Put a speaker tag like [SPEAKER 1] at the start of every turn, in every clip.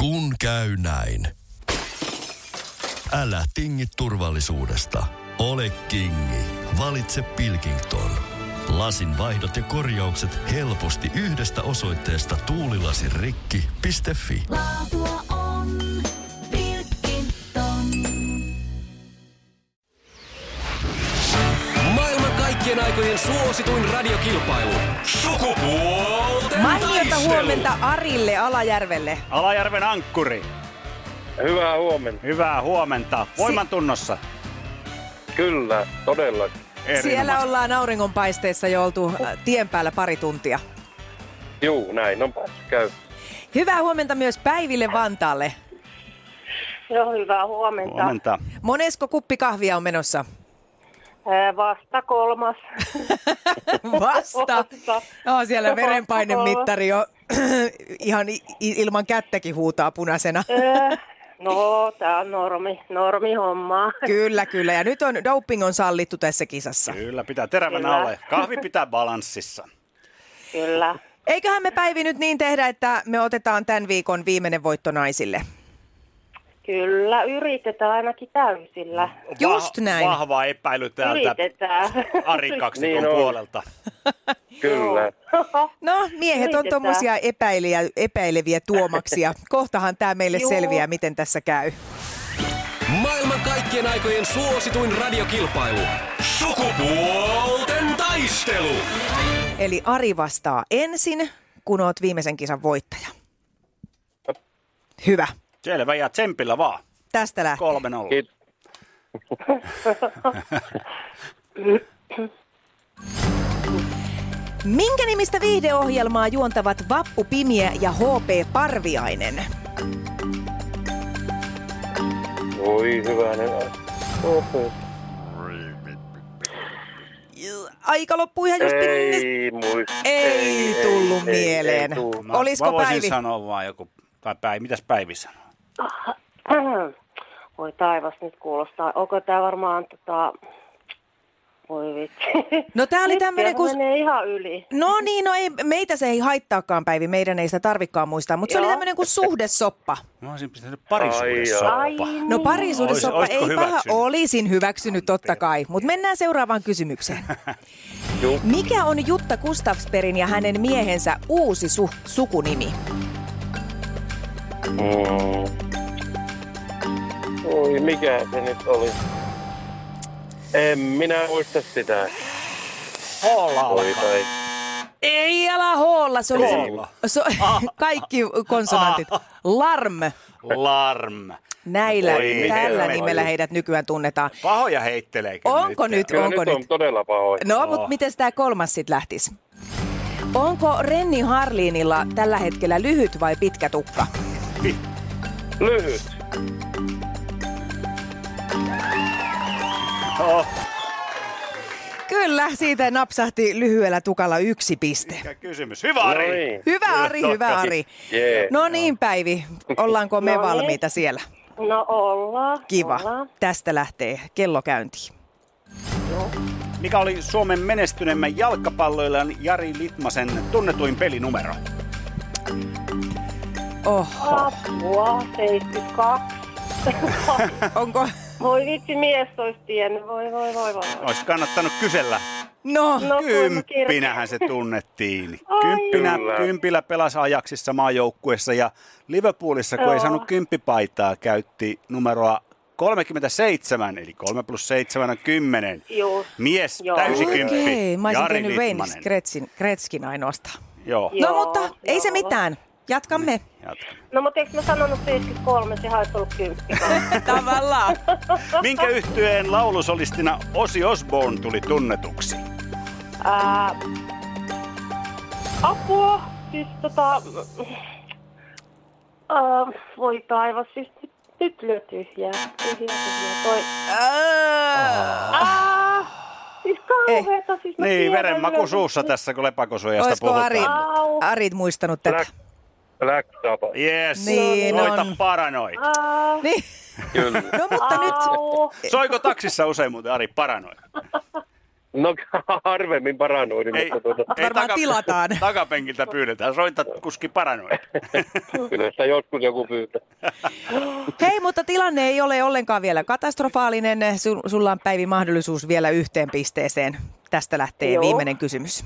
[SPEAKER 1] Kun käy näin. Älä tingi turvallisuudesta. Ole kingi. Valitse Pilkington. Lasin vaihdot ja korjaukset helposti yhdestä osoitteesta tuulilasirikki.fi.
[SPEAKER 2] Laatua on Pilkington.
[SPEAKER 3] Maailman kaikkien aikojen suosituin radiokilpailu. Sukupuolten
[SPEAKER 4] Mainiota
[SPEAKER 3] taistelu.
[SPEAKER 4] huomenta Arille Alajärvelle.
[SPEAKER 5] Alajärven ankkuri.
[SPEAKER 6] Hyvää huomenta.
[SPEAKER 5] Hyvää huomenta. Voimantunnossa.
[SPEAKER 6] Kyllä, todellakin.
[SPEAKER 4] Siellä
[SPEAKER 5] Erinomaista.
[SPEAKER 4] ollaan auringonpaisteessa jo oltu äh, tien päällä pari tuntia.
[SPEAKER 6] Juu, näin on päässyt käy.
[SPEAKER 4] Hyvää huomenta myös Päiville Vantaalle.
[SPEAKER 7] Joo, hyvää huomenta.
[SPEAKER 5] Huomenta.
[SPEAKER 4] Monesko kuppi kahvia on menossa?
[SPEAKER 7] Ää, vasta kolmas.
[SPEAKER 4] Vasta.
[SPEAKER 7] Vasta.
[SPEAKER 4] Joo, siellä verenpainemittari jo ihan i- i- ilman kättäkin huutaa punaisena.
[SPEAKER 7] Ää, no, tää on normi, normi hommaa.
[SPEAKER 4] Kyllä, kyllä. Ja nyt on doping on sallittu tässä kisassa.
[SPEAKER 5] Kyllä, pitää terävänä
[SPEAKER 7] Kyllä.
[SPEAKER 5] olla. Kahvi pitää balanssissa.
[SPEAKER 7] Kyllä.
[SPEAKER 4] Eiköhän me Päivi nyt niin tehdä, että me otetaan tämän viikon viimeinen voitto naisille.
[SPEAKER 7] Kyllä, yritetään ainakin täysillä.
[SPEAKER 4] Just
[SPEAKER 5] Vah-
[SPEAKER 4] näin.
[SPEAKER 5] Vahva epäily täältä
[SPEAKER 7] Yritetään.
[SPEAKER 5] Ari kaksikon
[SPEAKER 6] Niin on.
[SPEAKER 5] puolelta.
[SPEAKER 6] Kyllä.
[SPEAKER 7] Joo.
[SPEAKER 4] No, miehet on
[SPEAKER 7] Yritetään.
[SPEAKER 4] tuommoisia epäilijä, epäileviä tuomaksia. Kohtahan tämä meille
[SPEAKER 7] Juu.
[SPEAKER 4] selviää, miten tässä käy.
[SPEAKER 3] Maailman kaikkien aikojen suosituin radiokilpailu. Sukupuolten taistelu.
[SPEAKER 4] Eli Ari vastaa ensin, kun oot viimeisen kisan voittaja. Hyvä.
[SPEAKER 5] Selvä ja tsempillä vaan.
[SPEAKER 4] Tästä lähtee.
[SPEAKER 5] Kolme nolla.
[SPEAKER 6] Kiitos.
[SPEAKER 4] Minkä nimistä viihdeohjelmaa juontavat Vappu Pimiä ja HP Parviainen?
[SPEAKER 6] Voi hyvänen aika. Oho.
[SPEAKER 4] Aika loppui ihan just pinnist-
[SPEAKER 6] Ei muista.
[SPEAKER 4] Ei tullut mieleen.
[SPEAKER 6] Ei, tullut.
[SPEAKER 5] Mä,
[SPEAKER 4] Olisiko
[SPEAKER 5] mä voisin
[SPEAKER 4] Päivi?
[SPEAKER 5] sanoa vaan joku. Tai Päivi, mitäs Päivi sanoo?
[SPEAKER 7] Voi taivas nyt kuulostaa. Onko tää varmaan tota... Voi vitsi.
[SPEAKER 4] No tää oli
[SPEAKER 7] Nyt
[SPEAKER 4] tämmönen,
[SPEAKER 7] kun...
[SPEAKER 4] kun...
[SPEAKER 7] menee ihan yli.
[SPEAKER 4] No niin, no ei, meitä se ei haittaakaan Päivi, meidän ei sitä tarvikaan muistaa, mutta se oli
[SPEAKER 7] Joo.
[SPEAKER 4] tämmöinen kuin suhdesoppa.
[SPEAKER 5] Mä olisin pistänyt
[SPEAKER 7] Ai
[SPEAKER 5] parisuudessoppa.
[SPEAKER 7] niin.
[SPEAKER 4] No parisuudesoppa
[SPEAKER 5] Ois-
[SPEAKER 4] ei
[SPEAKER 5] oisitko
[SPEAKER 4] paha,
[SPEAKER 5] hyväksynyt?
[SPEAKER 4] olisin hyväksynyt totta kai, mutta mennään seuraavaan kysymykseen.
[SPEAKER 6] Juu.
[SPEAKER 4] Mikä on Jutta Gustafsperin ja hänen miehensä uusi su- sukunimi?
[SPEAKER 6] Mm. Oi, mikä se nyt oli? En minä muista sitä.
[SPEAKER 5] Olla
[SPEAKER 6] Oi,
[SPEAKER 5] alkaa.
[SPEAKER 6] tai.
[SPEAKER 4] Ei ala hoolla, se oli
[SPEAKER 5] Hoolla. Ah.
[SPEAKER 4] se, se, kaikki konsonantit. Larm,
[SPEAKER 5] Larm.
[SPEAKER 4] näillä,
[SPEAKER 6] Voi mitä
[SPEAKER 4] tällä
[SPEAKER 6] voi.
[SPEAKER 4] nimellä heidän nykyään tunnetaan.
[SPEAKER 5] Pahoja heittelee kyllä
[SPEAKER 4] Onko nyt?
[SPEAKER 6] Kyllä
[SPEAKER 4] Onko
[SPEAKER 6] nyt on
[SPEAKER 4] nyt?
[SPEAKER 6] todella pahoin.
[SPEAKER 4] No,
[SPEAKER 5] Joo.
[SPEAKER 4] mutta miten tämä kolmas sitten lähtisi? Onko Renni Harliinilla tällä hetkellä lyhyt vai pitkä tukka?
[SPEAKER 6] Lyhyt.
[SPEAKER 5] Oh,
[SPEAKER 4] Kyllä, siitä napsahti lyhyellä tukalla yksi piste.
[SPEAKER 5] mikä kysymys. Hyvä
[SPEAKER 6] No
[SPEAKER 5] Ari.
[SPEAKER 6] niin.
[SPEAKER 4] Hyvä Ari, hyvä Ari.
[SPEAKER 6] Jee.
[SPEAKER 4] No niin Päivi, ollaanko me
[SPEAKER 7] No niin.
[SPEAKER 4] valmiita siellä?
[SPEAKER 7] No ollaan.
[SPEAKER 4] Kiva.
[SPEAKER 7] Ollaan.
[SPEAKER 4] Tästä lähtee kello käyntiin.
[SPEAKER 5] Mikä oli Suomen menestyneimmän jalkapalloilijan Jari Litmasen tunnetuin pelinumero?
[SPEAKER 4] Oh,
[SPEAKER 7] Apua, 72.
[SPEAKER 4] onko?
[SPEAKER 7] Voi vitsi, mies olisi tiennyt. Voi, voi, voi, voi.
[SPEAKER 5] Olisi kannattanut kysellä.
[SPEAKER 4] No,
[SPEAKER 7] No, kuinka
[SPEAKER 5] Kymppinähän se tunnettiin.
[SPEAKER 7] Ai.
[SPEAKER 5] Kymppinä,
[SPEAKER 6] Kyllä.
[SPEAKER 5] kympillä pelasi ajaksissa maajoukkuessa ja Liverpoolissa, kun ei
[SPEAKER 7] Joo.
[SPEAKER 5] saanut kymppipaitaa, käytti numeroa 37, eli 3 plus 7 on 10.
[SPEAKER 7] Just.
[SPEAKER 5] Mies,
[SPEAKER 7] Joo.
[SPEAKER 5] täysi
[SPEAKER 4] okei.
[SPEAKER 5] kymppi.
[SPEAKER 4] Mä olisin
[SPEAKER 5] Jari
[SPEAKER 4] tehnyt Wayne
[SPEAKER 5] Litmanen.
[SPEAKER 4] Gretzkin, Gretzkin ainoastaan.
[SPEAKER 5] Joo,
[SPEAKER 7] Joo,
[SPEAKER 4] no mutta ei se
[SPEAKER 7] joo.
[SPEAKER 4] mitään. Jatkamme.
[SPEAKER 5] jatka.
[SPEAKER 7] No mutta eikö mä sanonut 73, sehän olisi ollut 10.
[SPEAKER 4] Tavallaan.
[SPEAKER 5] Minkä yhtyeen laulusolistina Osi Osborne tuli tunnetuksi?
[SPEAKER 7] Ää, apua, siis tota... Ää, voi taivas, siis nyt, nyt lyö tyhjää. Tyhjää, tyhjää, toi. Ää, siis kauheeta, siis mä
[SPEAKER 5] Niin,
[SPEAKER 7] tiedän,
[SPEAKER 5] verenmaku
[SPEAKER 7] lyö-
[SPEAKER 5] suussa Niin. tässä, kun lepakosuojasta
[SPEAKER 4] Olisiko
[SPEAKER 5] puhutaan.
[SPEAKER 4] Ari,
[SPEAKER 7] Au.
[SPEAKER 4] Ari muistanut tätä?
[SPEAKER 6] Black, Black Sabbath.
[SPEAKER 5] Yes,
[SPEAKER 4] Niin
[SPEAKER 5] noita
[SPEAKER 4] on.
[SPEAKER 5] paranoi.
[SPEAKER 7] Ää,
[SPEAKER 4] Niin.
[SPEAKER 6] Kyllä.
[SPEAKER 4] No mutta nyt
[SPEAKER 7] au.
[SPEAKER 5] Soiko taksissa usein muuten Ari paranoi?
[SPEAKER 6] No harvemmin parannuin,
[SPEAKER 5] Ei,
[SPEAKER 6] mutta tuota,
[SPEAKER 5] ei
[SPEAKER 4] Varmaan tilataan.
[SPEAKER 5] Takapenkiltä pyydetään. Soita kuski paranoi.
[SPEAKER 6] kyllä sitä joskus joku pyytää.
[SPEAKER 4] Hei, mutta tilanne ei ole ollenkaan vielä katastrofaalinen. Sun, sulla on Päivi mahdollisuus vielä yhteen pisteeseen. Tästä lähtee
[SPEAKER 7] Joo.
[SPEAKER 4] viimeinen kysymys.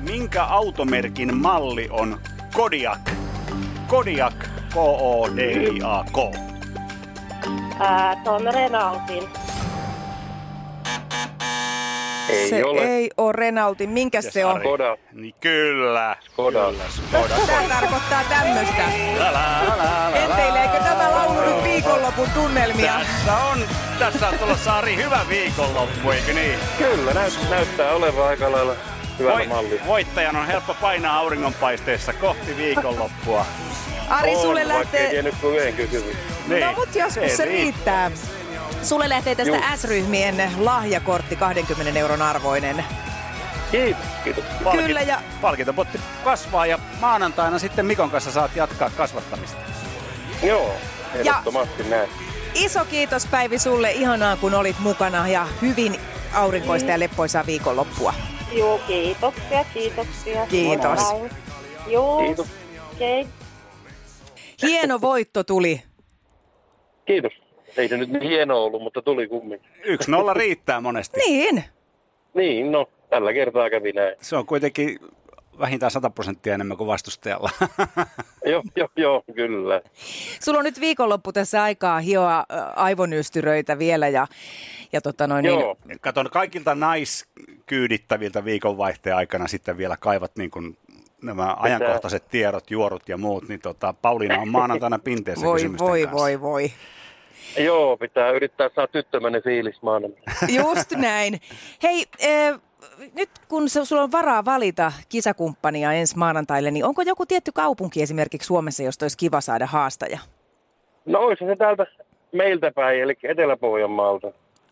[SPEAKER 5] Minkä automerkin malli on Kodiak? Kodiak, K-O-D-I-A-K.
[SPEAKER 7] Ää, tuon Renaultin.
[SPEAKER 6] Ei
[SPEAKER 4] se
[SPEAKER 6] ole.
[SPEAKER 4] ei ole Renalti. Minkä
[SPEAKER 5] Mites
[SPEAKER 4] se on?
[SPEAKER 5] Ari?
[SPEAKER 6] Skoda.
[SPEAKER 5] Niin kyllä.
[SPEAKER 6] Skoda.
[SPEAKER 5] Kyllä, Skoda.
[SPEAKER 4] Tämä tarkoittaa tämmöistä.
[SPEAKER 5] La, la, la, la, la.
[SPEAKER 4] Enteileekö tämä laulu nyt viikonlopun tunnelmia?
[SPEAKER 5] Tässä on, tässä on tulossa Ari hyvä viikonloppu, eikö niin?
[SPEAKER 6] Kyllä, näyt, näyttää olevan aika lailla hyvällä Voi. mallilla.
[SPEAKER 5] voittajan on helppo painaa auringonpaisteessa kohti viikonloppua.
[SPEAKER 4] Ari, sulle
[SPEAKER 6] On, vaikka Niin. ei
[SPEAKER 4] lähtee...
[SPEAKER 6] tiennyt kuin yhden kysymyksen.
[SPEAKER 4] No
[SPEAKER 5] Niin.
[SPEAKER 4] mut joskus se riittää. Sulle lähtee tästä S-ryhmien lahjakortti 20 euron arvoinen.
[SPEAKER 6] Kiitos, kiitos.
[SPEAKER 5] Palki-
[SPEAKER 4] Kyllä, ja-
[SPEAKER 5] Palkintopotti kasvaa ja maanantaina sitten Mikon kanssa saat jatkaa kasvattamista.
[SPEAKER 6] Joo, ehdottomasti näin.
[SPEAKER 4] Iso kiitos Päivi sulle. Ihanaa kun olit mukana ja hyvin aurinkoista
[SPEAKER 6] Niin.
[SPEAKER 4] ja leppoisaa viikonloppua.
[SPEAKER 7] Joo, kiitoksia, kiitoksia.
[SPEAKER 4] Kiitos.
[SPEAKER 7] Moi. Joo.
[SPEAKER 6] Kiitos.
[SPEAKER 7] Okei. Okay.
[SPEAKER 4] Hieno voitto tuli.
[SPEAKER 6] Kiitos. Ei se nyt niin hieno ollut, mutta tuli kumminkin.
[SPEAKER 5] Yksi nolla riittää monesti.
[SPEAKER 4] Niin.
[SPEAKER 6] Niin, no, tällä kertaa kävi näin.
[SPEAKER 5] Se on kuitenkin vähintään 100 prosenttia enemmän kuin vastustajalla.
[SPEAKER 6] Joo, joo, joo, kyllä.
[SPEAKER 4] No Sulla on nyt viikonloppu tässä aikaa hioa ä, aivonystyröitä vielä ja, ja tota noin, niin,
[SPEAKER 6] Joo,
[SPEAKER 5] Katon kaikilta naiskyydittäviltä viikonvaihteen aikana sitten vielä kaivat niin kuin nämä ajankohtaiset tiedot, juorut ja muut, niin tota, Pauliina on maanantaina pinteessä
[SPEAKER 4] voi,
[SPEAKER 5] kysymysten
[SPEAKER 4] voi,
[SPEAKER 5] kanssa.
[SPEAKER 4] voi, voi.
[SPEAKER 6] joo, pitää yrittää saada tyttömäinen fiilis maanantaina.
[SPEAKER 4] Just näin. Hei, äh, nyt kun se- sulla on varaa valita kisakumppania ensi maanantaille, niin onko joku tietty kaupunki esimerkiksi Suomessa, josta olisi kiva saada haastaja?
[SPEAKER 6] No, olisi se täältä meiltä päin, eli Etelä-Pohjanmaalta.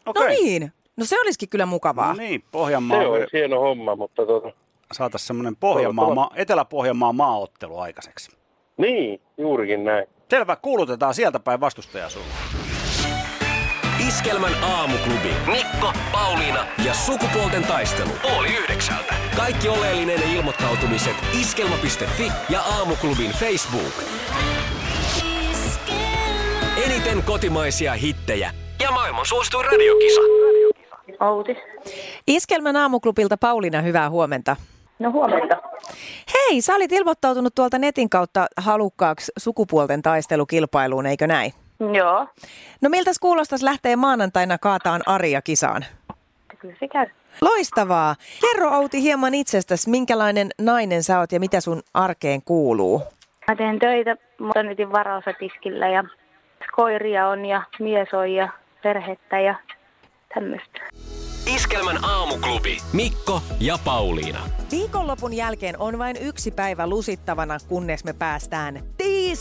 [SPEAKER 4] No
[SPEAKER 5] Okei.
[SPEAKER 4] niin, no se olisikin kyllä mukavaa.
[SPEAKER 5] No niin, Pohjanmaa.
[SPEAKER 6] Se olisi hieno homma, mutta tuota,
[SPEAKER 5] Saataisiin semmoinen Pohjanmaa, ma, Etelä-Pohjanmaa maaottelu aikaiseksi.
[SPEAKER 6] niin, juurikin näin.
[SPEAKER 5] Selvä, kuulutetaan sieltä päin vastustajaa sulle.
[SPEAKER 3] Iskelmän aamuklubi. Mikko, Pauliina ja sukupuolten taistelu. Oli yhdeksältä. Kaikki oleellinen ilmoittautumiset iskelma.fi ja aamuklubin Facebook. Eniten kotimaisia hittejä ja maailman suosituin radiokisa.
[SPEAKER 7] Outi.
[SPEAKER 4] Iskelmän aamuklubilta Pauliina, hyvää huomenta.
[SPEAKER 7] No huomenta.
[SPEAKER 4] Hei, sä olit ilmoittautunut tuolta netin kautta halukkaaksi sukupuolten taistelukilpailuun, eikö näin?
[SPEAKER 7] Joo.
[SPEAKER 4] No miltäs kuulostas lähtee maanantaina kaataan Arja kisaan?
[SPEAKER 7] Kyllä se käy.
[SPEAKER 4] Loistavaa. Kerro Outi hieman itsestäsi, minkälainen nainen sä oot ja mitä sun arkeen kuuluu?
[SPEAKER 7] Mä teen töitä, mutta nyt varaosatiskillä ja koiria on ja mies on ja perhettä ja tämmöistä.
[SPEAKER 3] Iskelmän aamuklubi. Mikko ja Pauliina.
[SPEAKER 4] Viikonlopun jälkeen on vain yksi päivä lusittavana, kunnes me päästään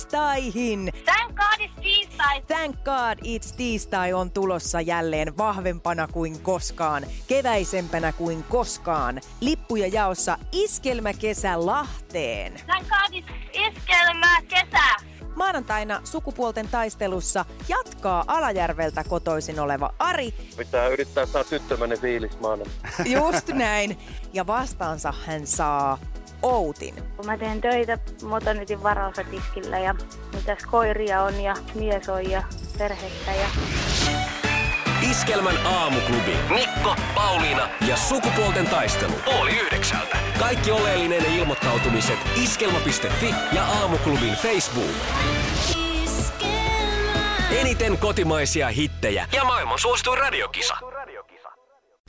[SPEAKER 4] tiistaihin.
[SPEAKER 2] Thank God it's Tuesday.
[SPEAKER 4] Thank God It's Tiistai on tulossa jälleen vahvempana kuin koskaan, keväisempänä kuin koskaan. Lippuja jaossa Iskelmäkesä Lahteen.
[SPEAKER 2] Thank God it's iskelmää kesä.
[SPEAKER 4] Maanantaina sukupuolten taistelussa jatkaa Alajärveltä kotoisin oleva Ari
[SPEAKER 6] Pitää yrittää saada tyttömäinen fiilis maanantaina.
[SPEAKER 4] Just näin. Ja vastaansa hän saa Outin.
[SPEAKER 7] Mä teen töitä Motonitin varaosatiskillä ja mitäs koiria on ja mies on ja perhettä ja
[SPEAKER 3] Iskelmän aamuklubi. Mikko, Pauliina ja sukupuolten taistelu. Oli yhdeksältä. Kaikki oleellinen ilmoittautumiset iskelma.fi ja aamuklubin Facebook. Eniten kotimaisia hittejä ja maailman suosituin radiokisa.